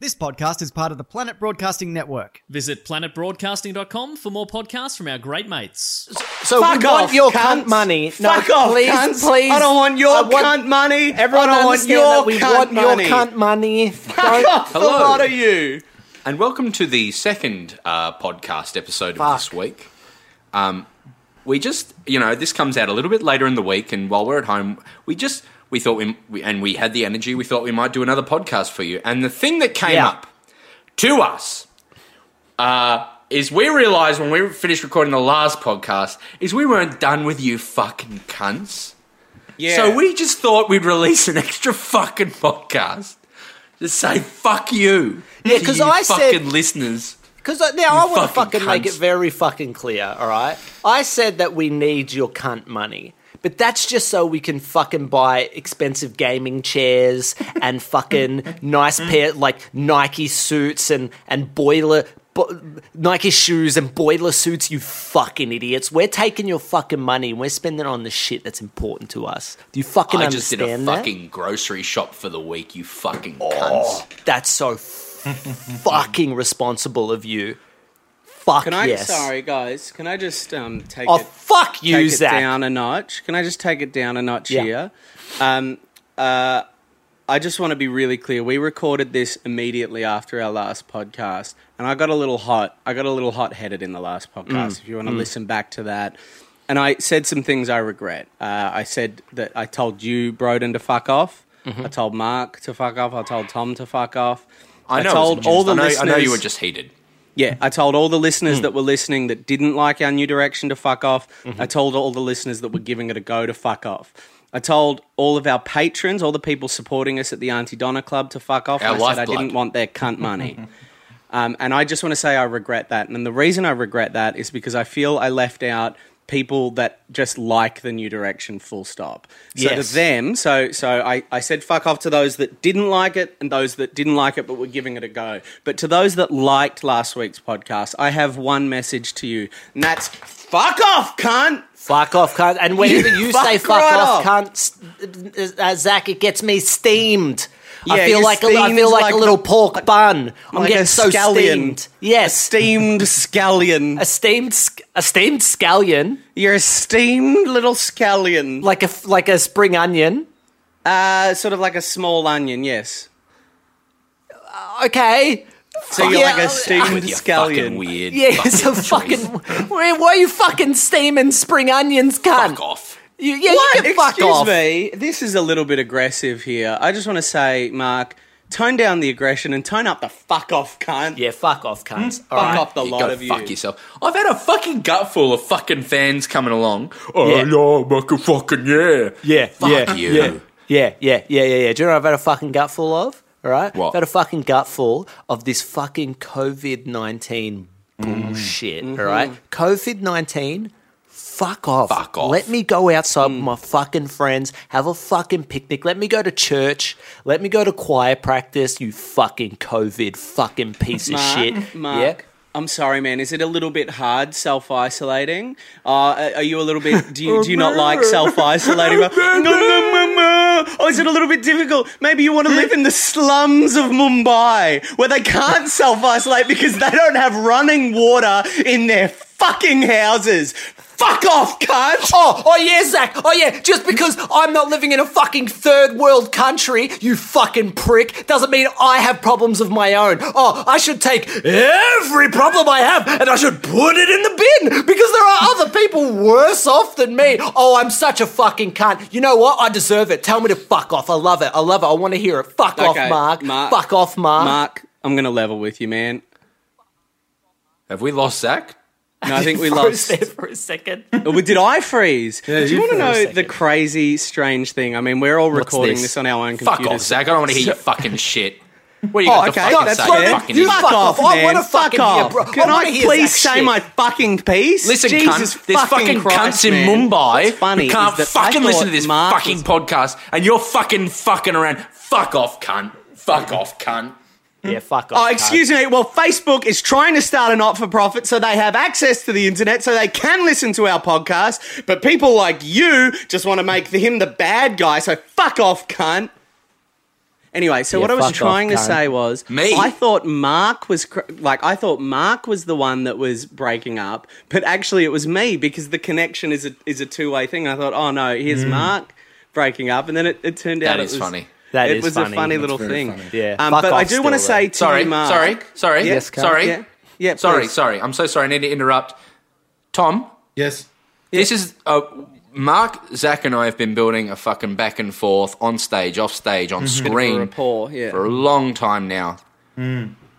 This podcast is part of the Planet Broadcasting Network. Visit planetbroadcasting.com for more podcasts from our great mates. So Fuck we want off, your cunts. cunt money. No, Fuck off, please, cunts. Please. I don't want your I want- cunt money. Everyone I don't want understand your that we cunt want your money. cunt money. Fuck off, a Hello. lot of you. And welcome to the second uh, podcast episode of this Fuck. week. Um, we just, you know, this comes out a little bit later in the week, and while we're at home, we just we thought we, we and we had the energy. We thought we might do another podcast for you. And the thing that came Yeah. up to us uh, is we realised when we finished recording the last podcast is we weren't done with you fucking cunts. Yeah. So we just thought we'd release an extra fucking podcast to say fuck you. Yeah, to 'cause you I said- fucking listeners. Because uh, now I want to fucking fucking make cunts. it very fucking clear, all right? I said that we need your cunt money, but that's just so we can fucking buy expensive gaming chairs and fucking nice pair like Nike suits and and boiler. bo- Nike shoes and boiler suits, you fucking idiots. We're taking your fucking money and we're spending it on the shit that's important to us. Do you fucking I just understand did a that? fucking grocery shop for the week, you fucking cunts. That's so fucking responsible of you. Fuck Can I? yes. Sorry, guys. Can I just um, take Oh it, fuck take you, it Zach. down a notch? Can I just take it down a notch Yeah. here? Um, uh, I just want to be really clear. We recorded this immediately after our last podcast, and I got a little hot. I got a little hot headed in the last Mm. podcast. If you want to listen back to that. And I said some things I regret. Uh, I said that I told you, Broden, to fuck off. Mm-hmm. I told Mark to fuck off. I told Tom to fuck off. I know. it was told all the I know, I know you listeners- were just heated. yeah, I told all the Hmm. listeners that were listening that didn't like our new direction to fuck off. Mm-hmm. I told all the listeners that were giving it a go to fuck off. I told all of our patrons, all the people supporting us at the Auntie Donna Club to fuck off. Our I said I lifeblood. Mm-hmm. didn't want their cunt money. um, and I just want to say I regret that. And the reason I regret that is because I feel I left out people that just like the new direction full stop. So Yes. to them, so so I, I said fuck off to those that didn't like it and those that didn't like it but were giving it a go. But to those that liked last week's podcast, I have one message to you, and that's fuck off, cunt. Fuck off, cunt. And whenever you, say fuck fuck right off, off. cunt, st- uh, Zach, it gets me steamed. I Yeah, feel you're like a, I feel steamed like, like- a little pork bun. I'm like getting a so scallion. steamed. Yes, Steamed scallion. a steamed sc- a steamed scallion, You're a steamed little scallion. like a f- like a spring onion. Uh, sort of like a small onion, yes. Okay. So you're Yeah, Oh, like a steamed With your fucking scallion. weird. Yeah, it's a choice. fucking. Why why are you fucking steaming spring onions, cunt? Fuck off. You, yeah, you can fuck Excuse off. me. This is a little bit aggressive here. I just want to say, Mark, tone down the aggression and tone up the fuck off cunt. Yeah, fuck off, cunts. All Hmm? Fuck right. off the You lot go of you. fuck yourself. I've had a fucking gut full of fucking fans coming along. Oh yeah, Yeah. fucking fucking yeah. Yeah, Fuck yeah, you. yeah, yeah, yeah, yeah, yeah, yeah. Do you know what I've had a fucking gutful of? All right, What? I've had a fucking gutful of this fucking COVID nineteen bullshit. Mm. All right, COVID nineteen. Fuck off. Mm-hmm. Fuck off. Mm. Let me go outside with my fucking friends, have a fucking picnic. Let me go to church. Let me go to choir practice, you fucking COVID fucking piece of Mark, shit. Mark, I'm sorry, man. Is it a little bit hard self isolating? Uh, are you a little bit? Do you, do you not like self isolating? Oh, is it a little bit difficult? Maybe you want to live in the slums of Mumbai where they can't self isolate because they don't have running water in their fucking houses. Fuck off, cunt! Oh, oh yeah, Zach. Oh yeah, just because I'm not living in a fucking third world country, you fucking prick, doesn't mean I have problems of my own. Oh, I should take every problem I have and I should put it in the bin because there are other people worse off than me. Oh, I'm such a fucking cunt. You know what? I deserve it. Tell me to fuck off. I love it. I love it. I want to hear it. Fuck Okay, off, Mark. Mark. Fuck off, Mark. Mark, I'm gonna level with you, man. Have we lost Zach? No, I think we Froze lost. there for a second. Well, did I freeze? Do you you want to froze know second. the crazy, strange thing? I mean, we're all recording this? this? on our own computers. Fuck off, Zach. I don't want to hear your fucking shit. What are you got Oh, okay, to fucking that's say? fine. you Then fucking you idiot? fuck off. I wanna fucking hear, bro. I Can I, wanna hear please Zach say shit. my fucking piece? Listen, Jesus cunt, there's fucking Christ, cunts in man. Mumbai What's funny who can't is that I fucking thought listen to this Mark fucking was- podcast, and you're fucking fucking around. Fuck off, cunt. Fuck off, cunt. Yeah, fuck off. Oh, cunt. excuse me. Well, Facebook is trying to start a not-for-profit so they have access to the internet so they can listen to our podcast. But people like you just want to make him the bad guy. So fuck off, cunt. Anyway, so Yeah, what I was fuck off, trying to Karen. say was, Me? I thought Mark was cr- like, I thought Mark was the one that was breaking up, but actually it was me because the connection is a is a two way thing. I thought, oh no, here's Mm. Mark breaking up, and then it, it turned out That it is was, funny. That it is was funny. a funny That's little very thing. funny. Yeah, um, fuck but I off do want to still, though. say to Sorry, you, Mark. sorry, sorry, Yes, Carl. sorry, Yeah, yeah. sorry, please. sorry. I'm so sorry. I need to interrupt. Tom, Yes. this is uh, Mark, Zach, and I have been building a fucking back and forth on stage, off stage, on Mm-hmm. screen Rapport, yeah. Mm. for a long time now.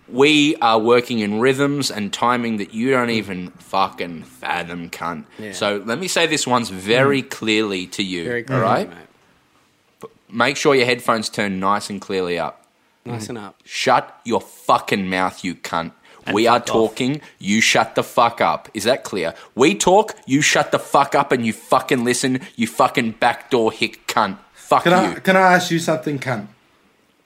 We are working in rhythms and timing that you don't even fucking fathom, cunt. So let me say this once very clearly to you. Mm. Very all clearly, right, mate. make sure your headphones turn nice and clearly up. Nice and Mm-hmm. up. Shut your fucking mouth, you cunt. we are talking, you shut the fuck up. Is that clear? We talk, you shut the fuck up and you fucking listen, you fucking backdoor hick cunt. Fuck Can I you. can I ask you something, cunt?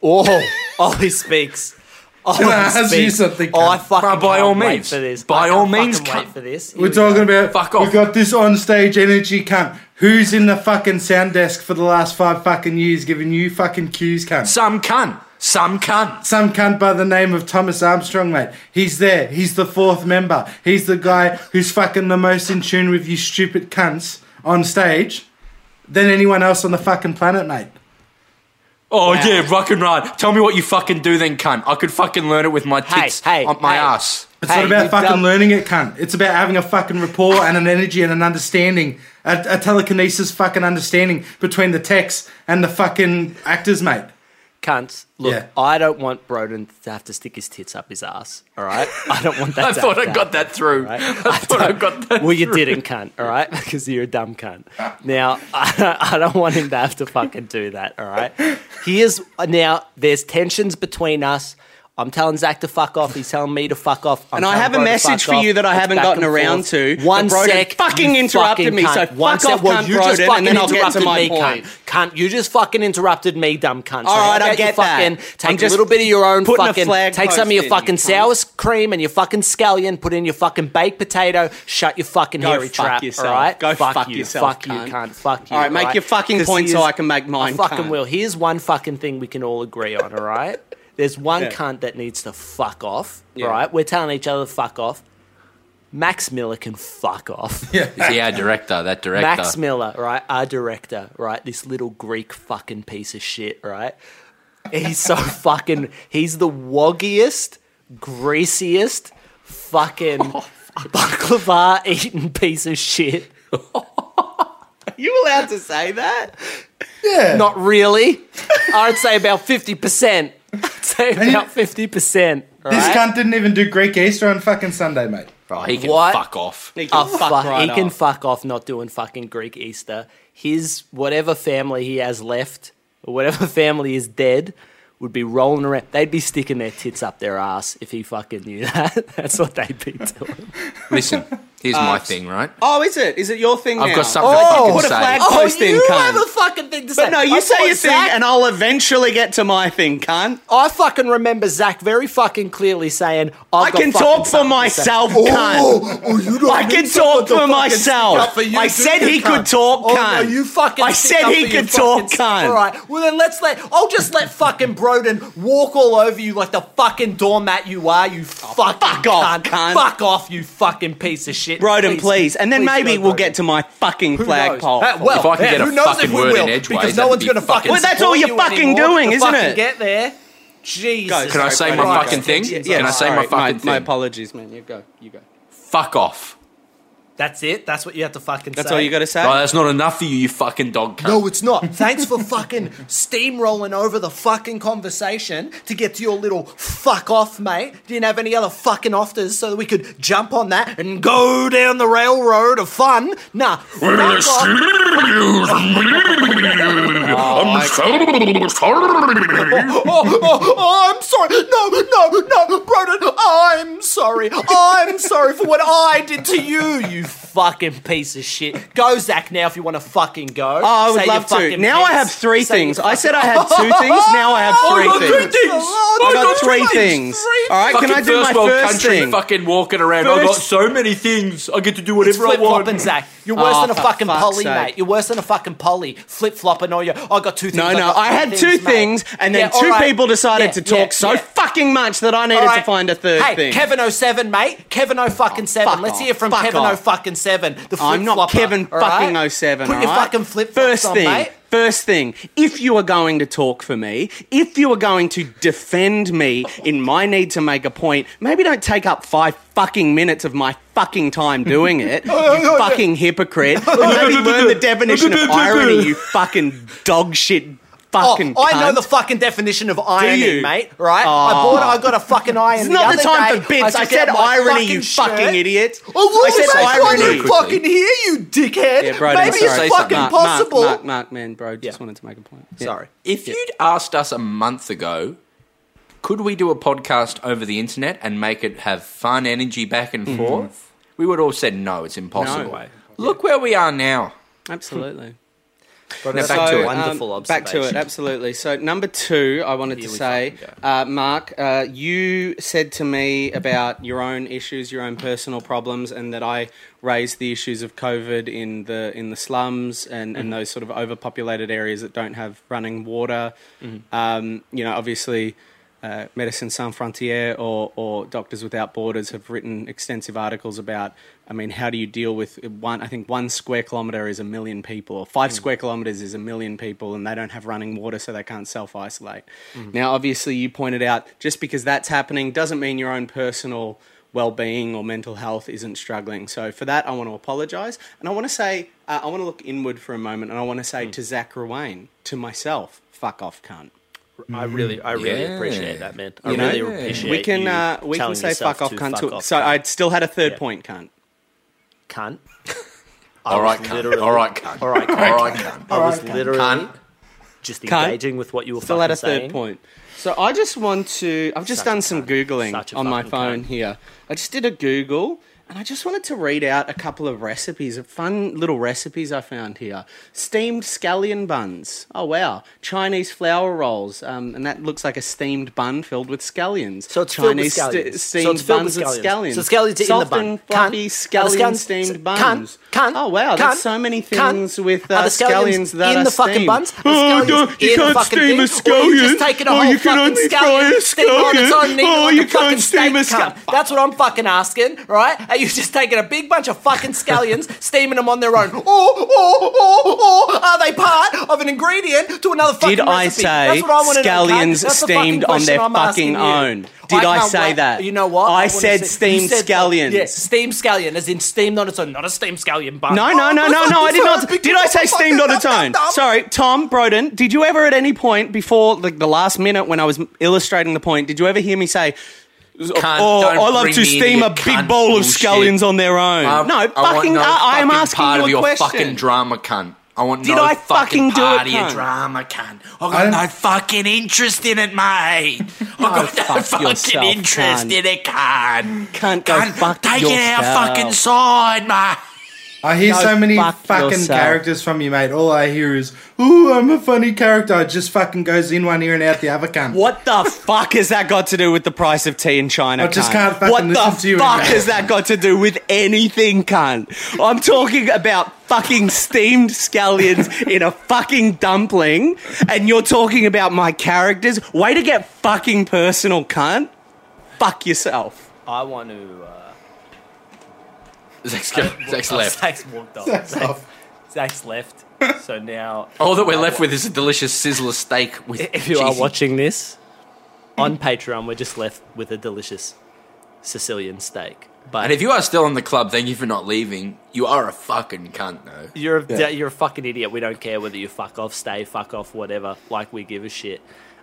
Oh, oh, he speaks. Oh, Can I he ask you speaks. something, Oh, I cunt? fucking Bruh, by can't all wait means. for this. By I all can't means, fucking wait cunt. for this. Here We're we go. talking about Fuck off. We got this on stage energy, cunt. Who's in the fucking sound desk for the last five fucking years giving you fucking cues, cunt? Some cunt. Some cunt. some cunt by the name of Thomas Armstrong, mate. He's there. He's the fourth member. He's the guy who's fucking the most in tune with you stupid cunts on stage than anyone else on the fucking planet, mate. Oh yeah, rock and ride. Tell me what you fucking do then, cunt. I could fucking learn it with my tits hey, on my hey. ass. It's Hey, not about you fucking dumb- learning it, cunt. It's about having a fucking rapport and an energy and an understanding, a, a telekinesis fucking understanding between the text and the fucking actors, mate. Cunts. Look, Yeah. I don't want Broden to have to stick his tits up his ass. All right, I don't want that. I to thought have I to got happen. that through. I thought I got that. Well, you didn't, cunt. All right, because you're a dumb cunt. Now, I, I don't want him to have to fucking do that. All right. He is now. There's tensions between us. I'm telling Zach to fuck off. He's telling me to fuck off. I'm And I telling have a Bro to message fuck for off. you that I It's haven't back gotten and around forth. to. One But Broden sec. fucking you interrupted fucking me, so cunt. One fuck sec. off, Well, cunt, you just Broden, and fucking then I'll get to interrupted my me, point. Cunt. cunt. You just fucking interrupted me, dumb cunt. So All how right, I about you get that. fucking I'm Take a just little bit of your own putting a fucking. flag Take some of post your in, fucking cunt. sour cream and your fucking scallion. Put in your fucking baked potato. Shut your fucking Go hairy fuck trap. yourself. All right, Go fuck you. yourself, Fuck cunt. you, cunt. Fuck you. All right, make your fucking 'Cause point he so is- I can make mine, I fucking cunt. will. Here's one fucking thing we can all agree on. All right, there's one Yeah. cunt that needs to fuck off. Yeah. All right, we're telling each other to fuck off. Max Miller can fuck off. Yeah, director, that director. Max Miller, right? Our director, right? This little Greek fucking piece of shit, right? He's so fucking. He's the woggiest, greasiest, fucking Oh, baklava eating piece of shit. You allowed to say that? Yeah. Not really. I'd say about fifty percent. I'd say about fifty percent. this cunt didn't even do Greek Easter on fucking Sunday, mate. Oh, he can What? fuck off. He can Oh, fuck, he off. can fuck off not doing fucking Greek Easter. His whatever family he has left, or whatever family is dead, would be rolling around. They'd be sticking their tits up their ass if he fucking knew that. That's what they'd be doing. Listen, here's my thing, right? Oh, is it? Is it your thing I've now? got something to Oh, fucking Oh, put a say. Oh, flag post in, you cunt. have a fucking thing to say. But no, you I say thought your thing, Zach- and I'll eventually get to my thing, cunt. Oh, I fucking remember Zach very fucking clearly saying, I've I got can fucking talk for something to say." Oh, myself, cunt. you I can talk for myself. up for you, I do said you, he could cunt? talk, Oh, cunt. no, you fucking. I stick said up he for your could talk, fucking- cunt. All right. Well, then let's let. I'll just let fucking Broden walk all over you like the fucking doormat you are. You fucking Oh, fuck off, cunt. Fuck off, you fucking piece of shit. Broden, please. And then maybe go, we'll Broden. get to my fucking Who knows? flagpole. Uh, well, If I can yeah, get a who knows fucking if we word in will, edgeways, because no that'd one's be gonna fucking fucking. Well, that's all support you're you fucking anymore doing, to isn't fucking it? Get there. Jesus. Can I Sorry, say Broden, my you fucking go. thing? Yeah, Can I say my sorry, fucking My thing? apologies, man. You go. You go. Fuck off. That's it. That's what you have to fucking. That's say. all you got to say? Oh, that's not enough for you, you fucking dog cunt. No, it's not. Thanks for fucking steamrolling over the fucking conversation to get to your little fuck off, mate. Didn't have any other fucking offers so that we could jump on that and go down the railroad of fun. Nah, fuck off. Oh, oh, oh, I'm sorry. No, no, no, Broden, I'm sorry. I'm sorry for what I did to you, you fucking piece of shit. Go, Zach, now if you want to fucking go. Oh, I would Say your love to. fucking Now I piece. have three Say your things. I fucking- Oh, said I had two things. Now I have three got three things. things. I got three things. All right, fucking can I do first my world first country thing? fucking walking around. I got First- so many things. I get to do It's whatever I flip flopping, want. Zach. You're worse Oh, than a for fucking fuck's poly, sake. mate. You're worse than a fucking poly. Flip flopping all your. I got two things. No, no, got I three had two mate. things, and then Yeah, two all right. people decided Yeah, to talk yeah, so yeah. fucking much that I needed All to find a third hey, thing. Oh, Kevin 07, mate. Kevin 0 fucking 7. fuck Let's off. hear from Fuck Kevin off. 0 fucking 7. The flip I'm not Kevin fucking 07. Put your all right? fucking flip flops First on, thing, mate. first thing. If you are going to talk for me, if you are going to defend me in my need to make a point, maybe don't take up five fucking minutes of my fucking time doing it. you fucking hypocrite. And maybe learn the definition of irony. You fucking dog shit. Oh, Fucking. I know cunt. the fucking definition of ironing, you? mate. Right? I Oh. bought. I got a fucking iron. It's not the, the other time day. for bits. I, took said out my irony, you shirt. fucking idiot. Oh, I what said I irony. didn't fucking hear you, dickhead. Yeah, bro, Maybe no, it's sorry. fucking Mark, Mark, possible. Mark, Mark, man, bro, just wanted to make a point. Yeah. Sorry. If you'd asked us a month ago, could we do a podcast over the internet and make it have fun energy back and Mm-hmm. forth? We would all said no, it's impossible. way. Look where we are now. Absolutely. um, Now back to it. one- Wonderful Back to it, observation. absolutely. So, number two, I wanted to we say, fucking uh, Mark, uh, you said to me about your own issues, your own personal problems, and that I raised the issues of COVID in the in the slums and, Mm-hmm. and those sort of overpopulated areas that don't have running water. Um, you know, obviously. Uh, Medicine Sans Frontières or, or Doctors Without Borders have written extensive articles about. I mean, how do you deal with one? I think one square kilometre is a million people, or five square kilometres is a million people, and they don't have running water, so they can't self isolate. Now, obviously, you pointed out just because that's happening doesn't mean your own personal well being or mental health isn't struggling. So, for that, I want to apologise. And I want to say, uh, I want to look inward for a moment, and I want to say to Zach Ruane, to myself, fuck off, cunt. I really, I really Yeah. appreciate that, man. I You know, really appreciate. we can you uh, we can telling say yourself fuck off to cunt. fuck too. off, so cunt. I still had a third Yeah. point cunt. cunt. All right, cunt. All right, cunt. All right, cunt. All right, cunt. I was literally Cunt. just Cunt. engaging with what you were Still fucking had a third saying. point. So I just want to I've just Such a done some cunt. Such googling a on my fucking phone cunt. here. I just did a Google and I just wanted to read out a couple of recipes, of fun little recipes I found here. Steamed scallion buns. Oh wow. Chinese flour rolls. Um, and that looks like a steamed bun filled with scallions. So it's filled with Chinese scallions. So ste- steamed it's filled buns with scallions. with scallions. So scallions are in Soft the bun. and Cunt. fluffy Are the scallion scallions- steamed cunt. buns. Cunt. Oh wow, there's Cunt. so many Cunt. things with uh, Are the scallions, that in are the fucking steamed. buns? Are Oh, the scallions in the fucking thing? Or Oh, you just taking a whole fucking scallion, Oh, steam on its own, needle like a fucking steak, cunt. That's what I'm fucking asking, right? Are you just taking a big bunch of fucking scallions, steaming them on their own? Oh, Or, or, or, or oh, are they part of an ingredient to another fucking Did I recipe? say That's what I wanna know, cunt. scallions That's the fucking steamed on their question I'm fucking asking you. own? Did I can't say wait. that? You know what? I wanna said see- you steamed said- scallions. Yeah, steamed scallion, as in steamed on its own, not a steamed scallion bun. No, no, no, no, no. I did not. Did I say steamed on its own? Sorry. Sorry, Tom Broden. Did you ever, at any point before like the last minute when I was illustrating the point, did you ever hear me say, Cunt, "Oh, don't I love bring to me in steam your a cunt big bowl of bullshit. scallions on their own"? I- no, I want fucking. no I, I am fucking asking part you of a your question. fucking drama, cunt. I want Did no I fucking fucking do it, part of your cunt? drama, cunt. I I got no don't- fucking interest in it, mate. I got no fuck fucking yourself, interest cunt. in it, cunt. Cunt, go fuck take it yourself. our fucking side, mate. I hear so many fuck fucking yourself. characters from you, mate. All I hear is, "Ooh, I'm a funny character." It just fucking goes in one ear and out the other. Cunt. What the fuck has that got to do with the price of tea in China? I just cunt? can't fucking What the listen to you fuck anymore. has that got to do with anything, cunt? I'm talking about fucking steamed scallions in a fucking dumpling, and you're talking about my characters. Way to get fucking personal, cunt. Fuck yourself. I want to. Uh, Zach's, go, Zach's oh, left. Zach's walked off. Zach's, Zach's left. So now, All that we're left with is a delicious sizzler steak with if you are cheesy- watching this on Patreon, we're just left with a delicious Sicilian steak. But And if you are still in the club, thank you for not leaving. You are a fucking cunt, though. You're a, you're a fucking idiot. We don't care whether you fuck off, stay, fuck off, whatever. Like we give a shit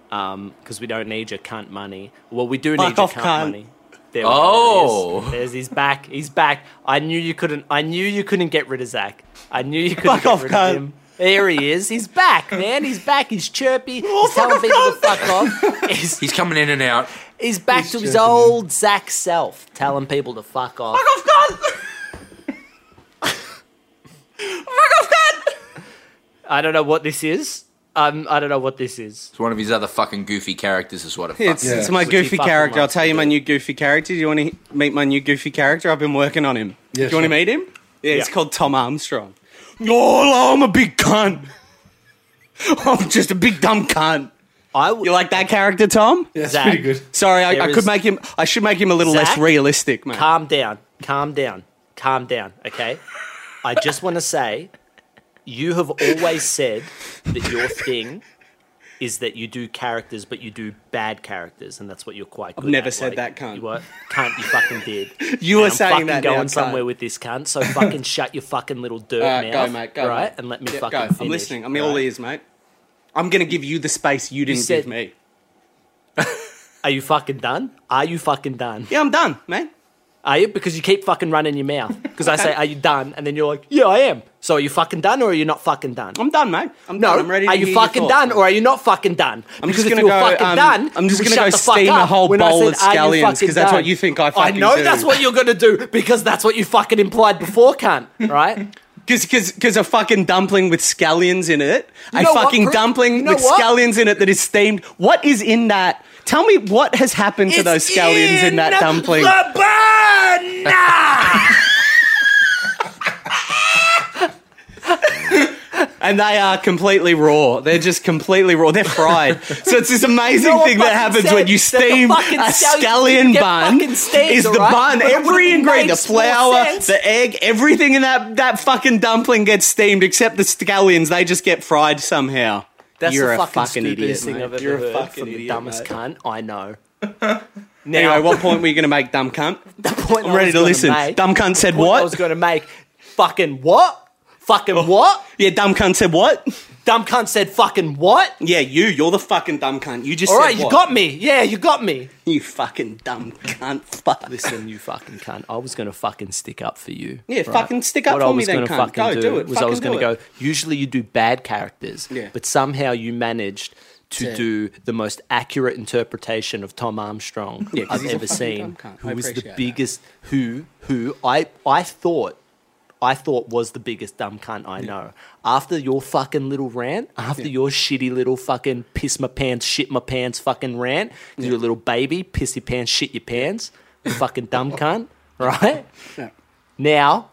because we don't need your cunt money. Well, we do need Fuck your off, cunt, cunt. money. There we go, Oh. there he is. there's he's back. He's back. I knew you couldn't. I knew you couldn't get rid of Zach. I knew you couldn't Fuck get off, rid cunt. of him. There he is. He's back, man. He's back. He's chirpy. he's Oh, fuck telling off, people to fuck off. He's, He's coming in and out. he's back to his old Zach self, telling people to fuck off. Fuck off, cunt. I don't know what this is. Um, I don't know what this is. It's one of his other fucking goofy characters. Is what it It's, fucking Yeah. is. it's my Which he goofy fucking character. I'll loves tell to you my do. new goofy character. Do you want to meet my new goofy character? I've been working on him. Yeah, do you want sure. to meet him? Yeah, it's Yeah. called Tom Armstrong. Oh, I'm a big cunt. I'm just a big dumb cunt. I w- You like that character, Tom? Yeah, it's Zach. pretty good. Sorry, I, There I is- could make him. I should make him a little less Zach? realistic, man. calm down, calm down, calm down. Okay, I just want to say, you have always said that your thing is that you do characters, but you do bad characters, and that's what you're quite. Good never at. said that, cunt. You were, cunt, you fucking did. You And were I'm saying fucking that now, going cunt. somewhere with this cunt. So fucking shut your fucking little dirt All right, mouth, go, mate. Go, right? mate. And let me Yeah, fucking. go. Finish, I'm listening. I'm right? all ears, mate. I'm gonna give you the space you didn't said- give me. Are you fucking done? Are you fucking done? Yeah, I'm done, man. Are you? Because you keep fucking running your mouth. Because I say, "Are you done?" and then you're like, "Yeah, I am." So are you fucking done, or are you not fucking done? I'm done, mate. I'm No, done. I'm ready. To are you hear your fucking thoughts, done mate. or are you not fucking done? I'm Because just if gonna you were go, fucking um, done, I'm just you would shut gonna go the fuck steam a up whole when I bowl said, of "Are you scallions," 'cause fucking that's what done?" you think I I fucking know do. that's what you're gonna do because that's what you fucking implied before, cunt. Right? Cause, cause, cause a fucking dumpling with scallions in it. a know what, fucking Pri- dumpling you know with what? scallions in it that is steamed. What is in that? Tell me what has happened to those scallions in, that dumpling. and they are completely raw. They're just completely raw. They're fried. so it's this amazing No one thing that fucking happens said when you that the steam a fucking scallions scallion get bun. fucking steamed, Is the alright? bun But it every would've ingredient, the makes more flour, sense. the egg, everything in that that fucking dumpling gets steamed except the scallions. They just get fried somehow. That's You're the a fucking, fucking stupidest idiot. thing mate. I've ever You're heard a fucking from the idiot, dumbest mate. cunt I know. Anyway, what point were you going to make, dumb cunt? The point I'm I ready was to gonna listen. make- Dumb cunt said the point I what? was gonna make fucking what? Fucking what? yeah, dumb cunt said what? Dumb cunt said fucking what? Yeah, you. You're the fucking dumb cunt. You just All said right, you what? got me. Yeah, you got me. You fucking dumb cunt. Fuck. Listen, you fucking cunt. I was gonna fucking stick up for you. Yeah, fucking stick up what for I me was then, gonna cunt. fucking Go, do, do it. was I was Fucking gonna do go. Usually you do bad characters, Yeah. but somehow you managed to Yeah. do the most accurate interpretation of Tom Armstrong Yeah, 'cause I've he's a ever fucking seen. dumb cunt. Who I was the appreciate that. biggest? Who who I I thought. I thought was the biggest dumb cunt I know. After your fucking little rant, after your shitty little fucking piss my pants, shit my pants fucking rant, 'cause you're a little baby, piss your pants, shit your pants, you fucking dumb cunt, right? Now,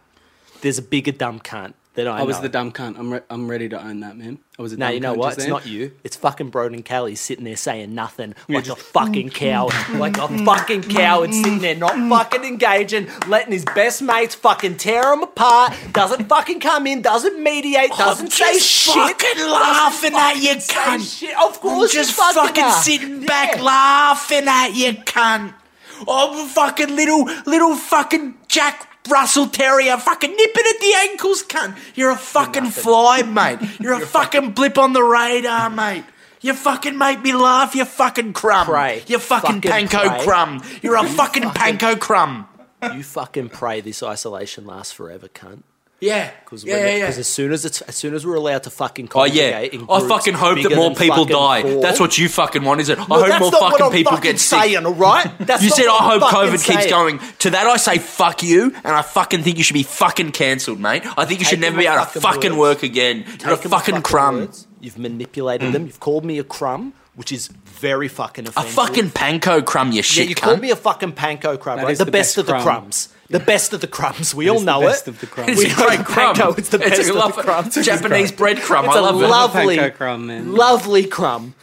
there's a bigger dumb cunt than I, I was know. the dumb cunt. I'm, re- I'm ready to own that, man. I was a Now dumb you know cunt what? just It's then. not you. It's fucking Broden Kelly sitting there saying nothing like a fucking cow, like a fucking cow. It's sitting there not fucking engaging, letting his best mates fucking tear him apart. Doesn't fucking come in. Doesn't mediate. Doesn't say shit. Fucking laughing at you, cunt. Shit. Of course, you just fucking are. sitting back laughing at you, cunt. I'm a fucking little, little fucking Jack Russell Terrier, fucking nipping at the ankles, cunt. You're a fucking fly, mate. You're a fucking blip on the radar, mate. You fucking make me laugh, you fucking crumb. Pray. You fucking, Fucking panko pray. crumb. You're a fucking, panko crumb. You fucking pray this isolation lasts forever, cunt. Yeah. Because yeah, yeah, yeah. as soon as it's as soon as we're allowed to fucking Oh congregate yeah, in I groups fucking hope that bigger more than people fucking die. four- That's what you fucking want, is it? I No, hope that's more not what fucking I'm people fucking get sick. Saying, all right? That's You not said, what I I'm hope fucking COVID keeps saying." going. To that, I say, fuck you, and I fucking think you should be fucking cancelled, mate. I think you should Taking never my be able to fucking fucking words. work again. You're a Taken my fucking, crumb. Mm. words, You've manipulated them. You've called me a crumb, which is very fucking A offensive. fucking panko crumb, you yeah. shit You called cunt. me a fucking panko crumb, That right? is The, the best, best of the crumb. crumbs. The best of the crumbs. We all the know best it. of the crumb. it's We a know great crumb. panko, It's the best a of love- the crumbs. Japanese bread crumb. It's I a love it. lovely, Panko crumb, man. lovely crumb.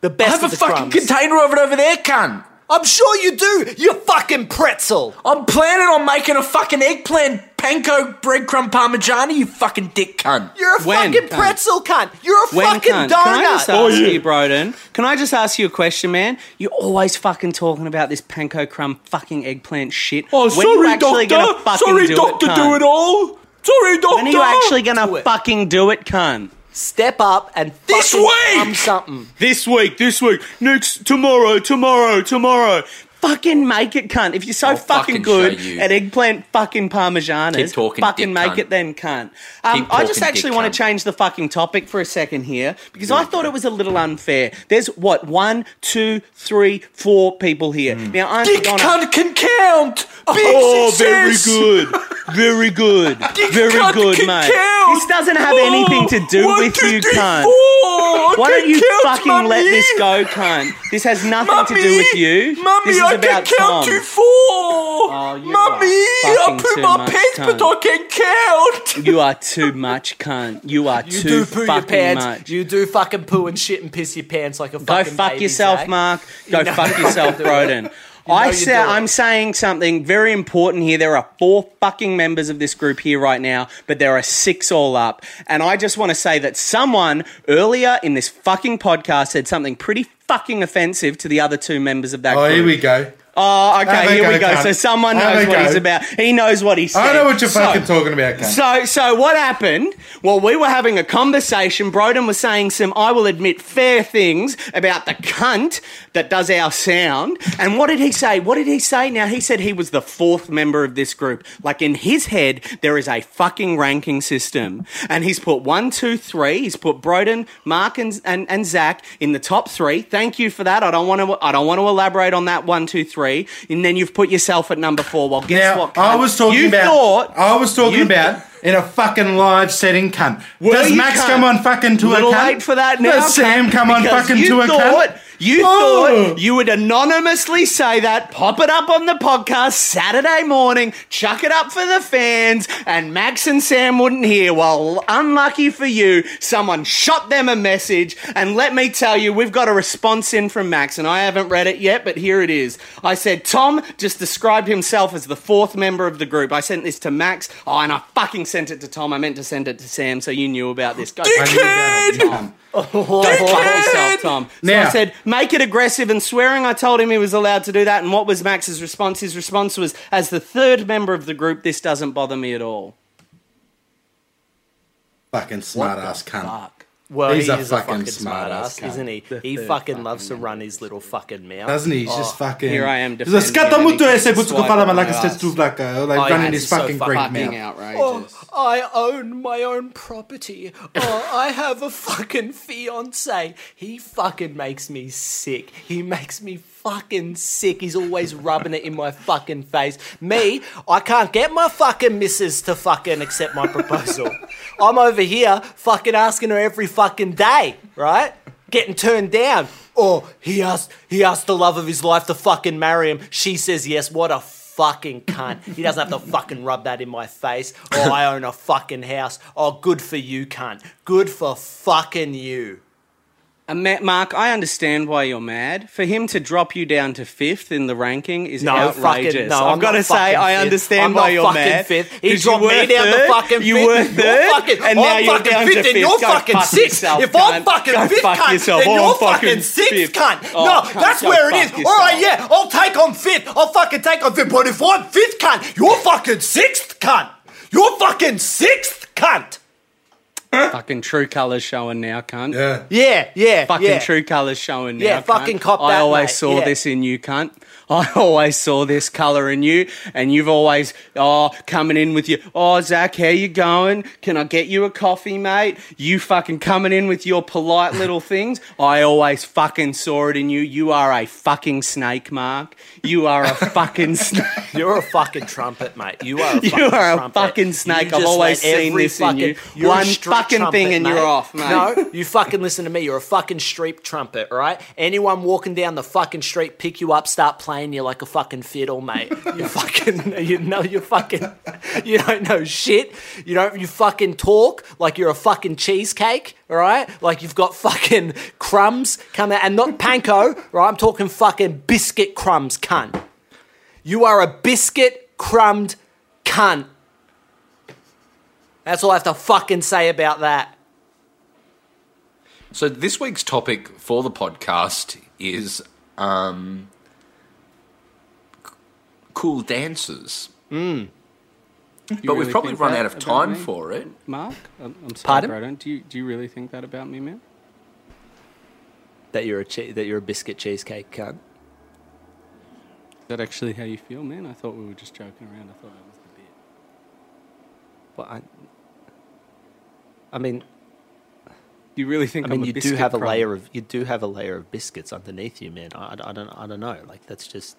The I best have a of the fucking crumbs. container of it over there, cunt. I'm sure you do. You fucking pretzel. I'm planning on making a fucking eggplant panko breadcrumb parmigiana, you fucking dick cunt. You're a When, fucking cunt? pretzel cunt. You're a When fucking cunt? donut. Can I just ask you, Broden? Can I just ask you a question, man? You're always fucking talking about this panko crumb fucking eggplant shit. Oh, Oh, when are you actually gonna fucking do it, cunt? all. Sorry, doctor. When are you actually Do gonna it. fucking do it, cunt? Step up and This fucking week! crumb something. This week, this week, next, tomorrow, tomorrow, tomorrow. Fucking make it, cunt. If you're so I'll fucking, fucking good show you. at eggplant fucking parmesan, Keep talking, fucking dick make cunt. it then, cunt. Um, Keep I just talking, actually dick want cunt. to change the fucking topic for a second here because I thought it was a little unfair. There's what one, two, three, four people here. Now I'm Hmm. Dick gonna- cunt can count. Big Oh, very success. good. Very good. Very cunt good, can mate. count. This doesn't have anything to do One, with two, you, three, cunt. four. I Why don't can you count, fucking let mummy. this go, cunt? This has nothing Mummy, to do with you. Mummy, this is I about can count Tom. to four. you're Mummy, a I fucking poo too my much pants, but I cunt. can count. You are too much, cunt. You are You too do poo fucking your pants. much. You do fucking poo and shit and piss your pants like a Go fucking fuck baby, yourself, Zach. Mark. Go know fuck you yourself, do it. Broden. know I you say, do it. I'm saying something very important here. There are four fucking members of this group here right now, but there are six all up. And I just want to say that someone earlier in this fucking podcast said something pretty fucking offensive to the other two members of that Oh, group. here we go. Oh, okay, Have a here go, we go. cunt. So someone Have knows a what go. he's about. He knows what he's. I know what you're so, fucking talking about, cunt. So, so what happened? Well, we were having a conversation. Broden was saying some, I will admit, fair things about the cunt that does our sound. And what did he say? What did he say? Now he said he was the fourth member of this group. Like in his head, there is a fucking ranking system, and he's put one, two, three. He's put Broden, Mark, and and, and Zach in the top three. Thank you for that. I don't want to. I don't want to elaborate on that one, two, three. And then you've put yourself at number four. Well, guess Now, what? I cunt? was talking you about. Thought, I was talking you- about in a fucking live setting, cunt. Were Does you Max cunt? come on fucking to Little a cunt? late for that now. Does Sam cunt, come on because fucking you to a thought, cunt? You Oh. thought you would anonymously say that, pop it up on the podcast Saturday morning, chuck it up for the fans, and Max and Sam wouldn't hear. Well, unlucky for you, someone shot them a message, and let me tell you, we've got a response in from Max, and I haven't read it yet, but here it is. I said, Tom just described himself as the fourth member of the group. I sent this to Max, oh, and I fucking sent it to Tom. I meant to send it to Sam, so you knew about this. Go fuck Dickhead! yourself, Tom. Go fuck yourself, Tom. So I Now- said, make it aggressive and swearing. I told him he was allowed to do that. And what was Max's response? His response was, as the third member of the group, this doesn't bother me at all. Fucking smart ass cunt. Well, He's he a is fucking a fucking smart smart ass ass, cunt. isn't he? He fucking loves to run his little fucking mouth. Oh, Doesn't he? He's just fucking. Oh, Here I am He's like, defending "Scatta him, mutu he ese just puto swiped kafala on my malaka ass. Oh, stetu blaka," Like running yeah, his he's so fucking fucking Greek Fucking mouth. outrageous. Oh, I own my own property. Oh, I have a fucking fiance. He fucking makes me sick. He makes me fucking sick. He's always rubbing it in my fucking face. Me, I can't get my fucking missus to fucking accept my proposal. I'm over here fucking asking her every fucking day, right? Getting turned down. Oh, he asked he asked the love of his life to fucking marry him. She says yes. What a fucking cunt. He doesn't have to fucking rub that in my face. Oh, I own a fucking house. Oh, good for you, cunt. Good for fucking you. Uh, Ma- Mark, I understand why you're mad. For him to drop you down to fifth in the ranking is No, outrageous. fucking, no. I've got to not say, fucking I fifth. understand I'm why not you're fucking mad. Fifth. He 'Cause you dropped were me down third, to fucking You fifth. were You're third, fucking, and now I'm you're fucking down fifth, to then fifth. You're Go fucking fuck sixth. yourself, if I'm cunt. fucking Go fifth, fuck cunt, yourself. then I'm you're fucking fucking sixth, fifth. cunt. Oh, no, cunt, that's go where it fuck is. yourself. All right, yeah, I'll take on fifth. I'll fucking take on fifth. But if I'm fifth, cunt, you're fucking sixth, cunt. You're fucking sixth, cunt. Fucking true colours showing now, cunt. Yeah. Yeah, yeah, Fucking yeah. true colours showing now. Yeah, cunt. fucking cop I that, always mate. saw Yeah. this in you, cunt. I always saw this colour in you, and you've always oh coming in with your oh Zach, how you going? Can I get you a coffee, mate? You fucking coming in with your polite little things. I always fucking saw it in you. You are a fucking snake, Mark. You are a fucking snake. You're a fucking trumpet, mate. You are. A You fucking are a trumpet. fucking snake. You I've just always let seen every this in you. you're a One street fucking trumpet, thing and you're off, mate. No, you fucking listen to me. You're a fucking street trumpet, all right? Anyone walking down the fucking street pick you up, start playing you like a fucking fiddle, mate. You fucking, you know, you fucking, you don't know shit. You don't, you fucking talk like you're a fucking cheesecake, all right? Like you've got fucking crumbs coming out, and not panko, right? I'm talking fucking biscuit crumbs, cunt. You are a biscuit crumbed cunt. That's all I have to fucking say about that. So this week's topic for the podcast is um, c- cool dances. But Hmm. You we've really probably think run that out of about time me? for it. Mark, I'm, I'm sorry, Pardon? Broden. Do you do you really think that about me, man? That you're a che- that you're a biscuit cheesecake cunt. Is that actually how you feel, man? I thought we were just joking around. I thought that was the bit. Well, I, I mean, You really think? I I'm mean, a you do biscuit have a crumb? layer of you do have a layer of biscuits underneath you, man. I, I- I don't I don't know. Like that's just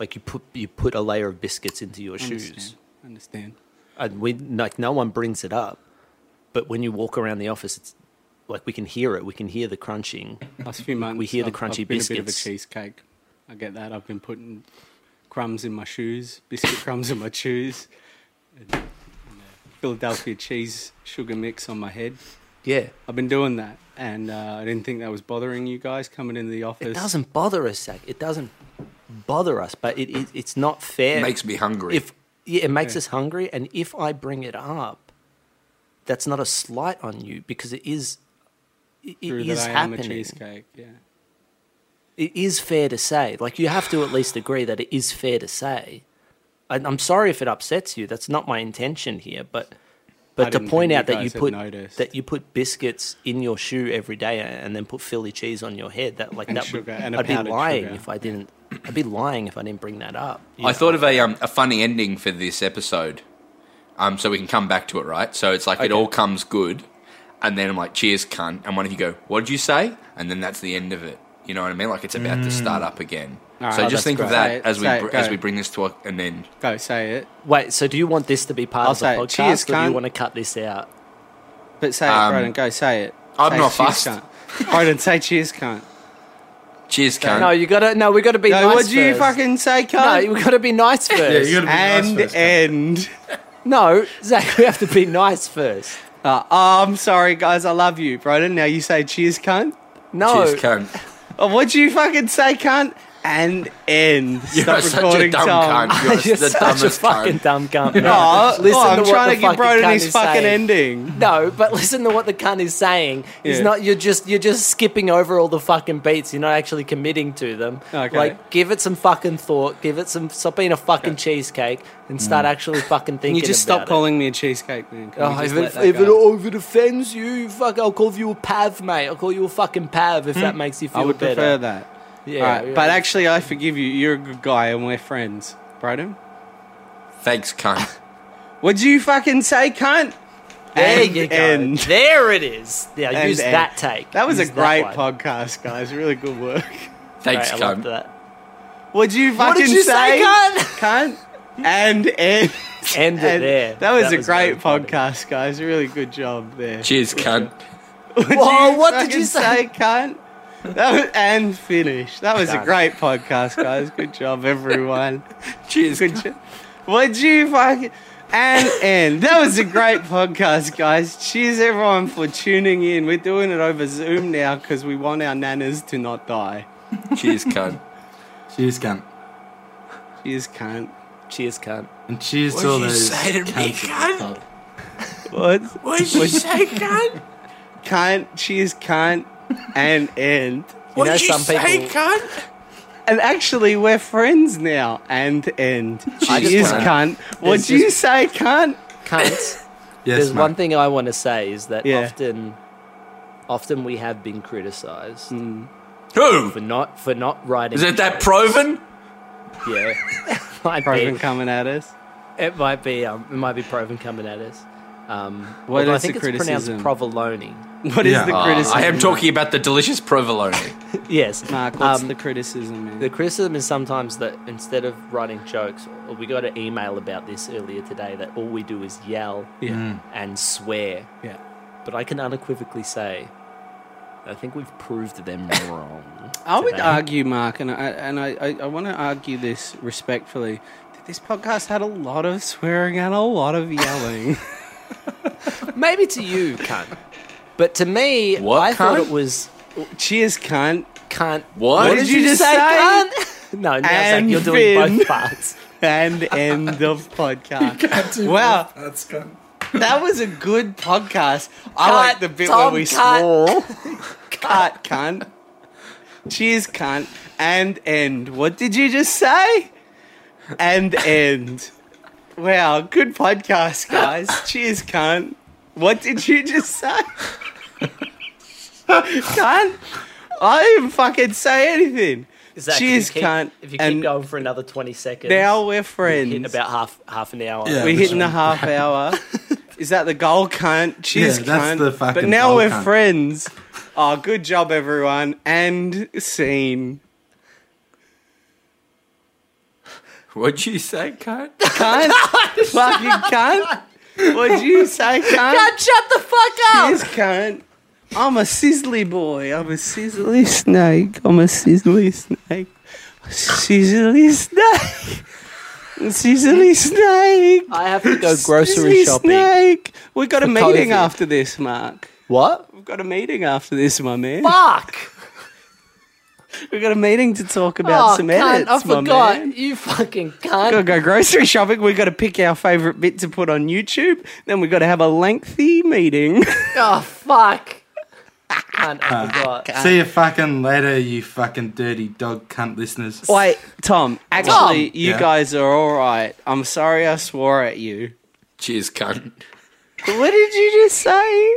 like you put you put a layer of biscuits into your shoes. Understand. I understand. and we like no one brings it up, but when you walk around the office, it's like we can hear it. We can hear the crunching. Last few months, We hear the I've- crunchy I've been A bit of a biscuits. cheesecake. I get that. I've been putting crumbs in my shoes, biscuit crumbs in my shoes, and, and, uh, Philadelphia cheese sugar mix on my head. Yeah, I've been doing that, and uh, I didn't think that was bothering you guys coming into the office. it doesn't bother us, Zach. It doesn't bother us, but it, it it's not fair. It makes me hungry. If yeah, it makes us hungry, and if I bring it up, that's not a slight on you because it is. It, it True is that I am a happening. cheesecake. Yeah. it is fair to say. Like you have to at least agree that it is fair to say. I, I'm sorry if it upsets you. That's not my intention here, but but to didn't point think you out that guys you had put noticed. that you put biscuits in your shoe every day and then put Philly cheese on your head. That like that sugar, would, and a I'd be powdered lying sugar. if I didn't. I'd be lying if I didn't bring that up. you I know? thought of a um, a funny ending for this episode, um, so we can come back to it, right? So it's like it all comes good, and then I'm like, "Cheers, cunt," and one of you go, "What did you say?" And then that's the end of it. You know what I mean? Like it's about Mm. to start up again. All so right. just Oh, think of that's that great. Say it, as we say it, br- go. as we bring this to a, an end. Go say it, Wait, so do you want this to be part I'll of the say it. podcast, Cheers, or do you cunt. want to cut this out? but say Um, it, Broden. Go say it. I'm Say not cheers, fussed. cunt. Broden, say cheers, cunt. Cheers, cunt. No, you gotta. No, we gotta be. No, nice what'd you first. fucking say, No, cunt? we gotta be nice Yeah, first. you gotta be and nice first. end. no, Zach, we have to be nice first. Uh, oh, I'm sorry, guys. I love you, Broden. Now you say cheers, cunt. No, Cheers, cunt. Oh, what'd you fucking say, cunt? And end. You Stop are such a recording dumb time. cunt. You're, You're the such dumbest a fucking cunt. dumb cunt. man. Oh, Listen oh, I'm to what trying the to get fucking Broden cunt his is fucking saying. ending. No, but listen to what the cunt is saying. He's Yeah. not. You're just. You're just skipping over all the fucking beats. You're not actually committing to them. Okay. Like, give it some fucking thought. Give it some. Stop being a fucking cheesecake and start actually fucking thinking. Mm. Can you just about stop it. calling me a cheesecake, man? Can we Oh, just if let it, that if, it, go? oh, if it offends you, fuck, I'll call you a pav, mate. I'll call you a fucking pav if that makes you feel Hmm. I would better. prefer that. Yeah, All right, yeah. but actually, I forgive you. You're a good guy, and we're friends, Broden. Thanks, cunt. What'd you fucking say, cunt? there and you go. end. There it is. Yeah, And use end. that take. That was Use a great one. podcast, guys. Really good work. Thanks, Great, I loved cunt. that. What'd you fucking What did you say, cunt? cunt? And end. End it And there. That was a very great funny. podcast, guys. Really good job there. Cheers, cunt. What'd Whoa, what did fucking you say? cunt? That was, and finish. That was a Done. great podcast, guys. Good job, everyone. Cheers, Good job. What'd you fucking and end? That was a great podcast, guys. Cheers, everyone, for tuning in. We're doing it over Zoom now because we want our nanas to not die. cheers, cunt. Cheers, cunt. Cheers, cunt. Cheers, cunt. And cheers to all you those. say to me, cunts at the club. What? What'd you say, cunt? Cunt. Cheers, cunt. And end. You know, some people. cunt? And actually, we're friends now. And end. Cheers, cunt. cunt. What'd There's you just- say, cunt? Cunts. Yes, There's mate. one thing I want to say is that Yeah. often, often we have been criticised Who? for not for not writing. Is it that Proven? Yeah, might Broken be, coming at us. it might be. Um, it might be Proven coming at us. Um, What although I is the think it's pronounced criticism? provolone. What is Yeah. the Ah, criticism? Um, I am talking about the delicious provolone. Yes, Mark, what's Um, the criticism, man? The criticism is sometimes that instead of writing jokes, or we got an email about this earlier today that all we do is yell yeah. and swear. Yeah. But I can unequivocally say, I think we've proved them wrong. I would today. argue, Mark, and I, and I, I, I want to argue this respectfully. that This podcast had a lot of swearing and a lot of yelling. Maybe to you, cunt. But to me, What I thought cunt? it was Cheers, cunt. cunt. What? did you just say? cunt? No, now Zach, And you're doing Finn. both parts. And end of podcast. wow, That's cunt. that was a good podcast. I like the bit where Tom, we cut. swore. cut, cunt. Cheers, cunt. And end. What did you just say? And end. Wow, good podcast, guys. Cheers, cunt. What did you just say? cunt. I didn't fucking say anything. Zach, Cheers, if you keep, cunt. If you keep And- going for another 20 seconds, Now we're in friends. about half half an hour. Yeah. We're hitting the half hour. Is that the goal, cunt? Cheers, Yeah, that's cunt. the fucking but now goal, we're cunt. friends. Oh, good job, everyone. And scene. What'd you say, cunt? cunt. fucking cunt. What'd you say, cunt? Shut the fuck up! Yes, cunt. I'm a sizzly boy. I'm a sizzly snake. I'm a sizzly snake. Sizzly snake. Sizzly snake. I have to go grocery Sizzly shopping. Snake. We've got a meeting COVID. after this, Mark. What? We've got a meeting after this, my man. Fuck! We've got a meeting to talk about oh, some cunt, edits, I my forgot. man. You fucking Gotta cunt. go grocery shopping. We've got to pick our favourite bit to put on YouTube. Then we've got to have a lengthy meeting. Oh, fuck. Ah, Cunt, I forgot. See you fucking later, you fucking dirty dog cunt listeners. Wait, Tom. Actually, you Yeah. guys are all right. I'm sorry I swore at you. Cheers, cunt. What did you just say?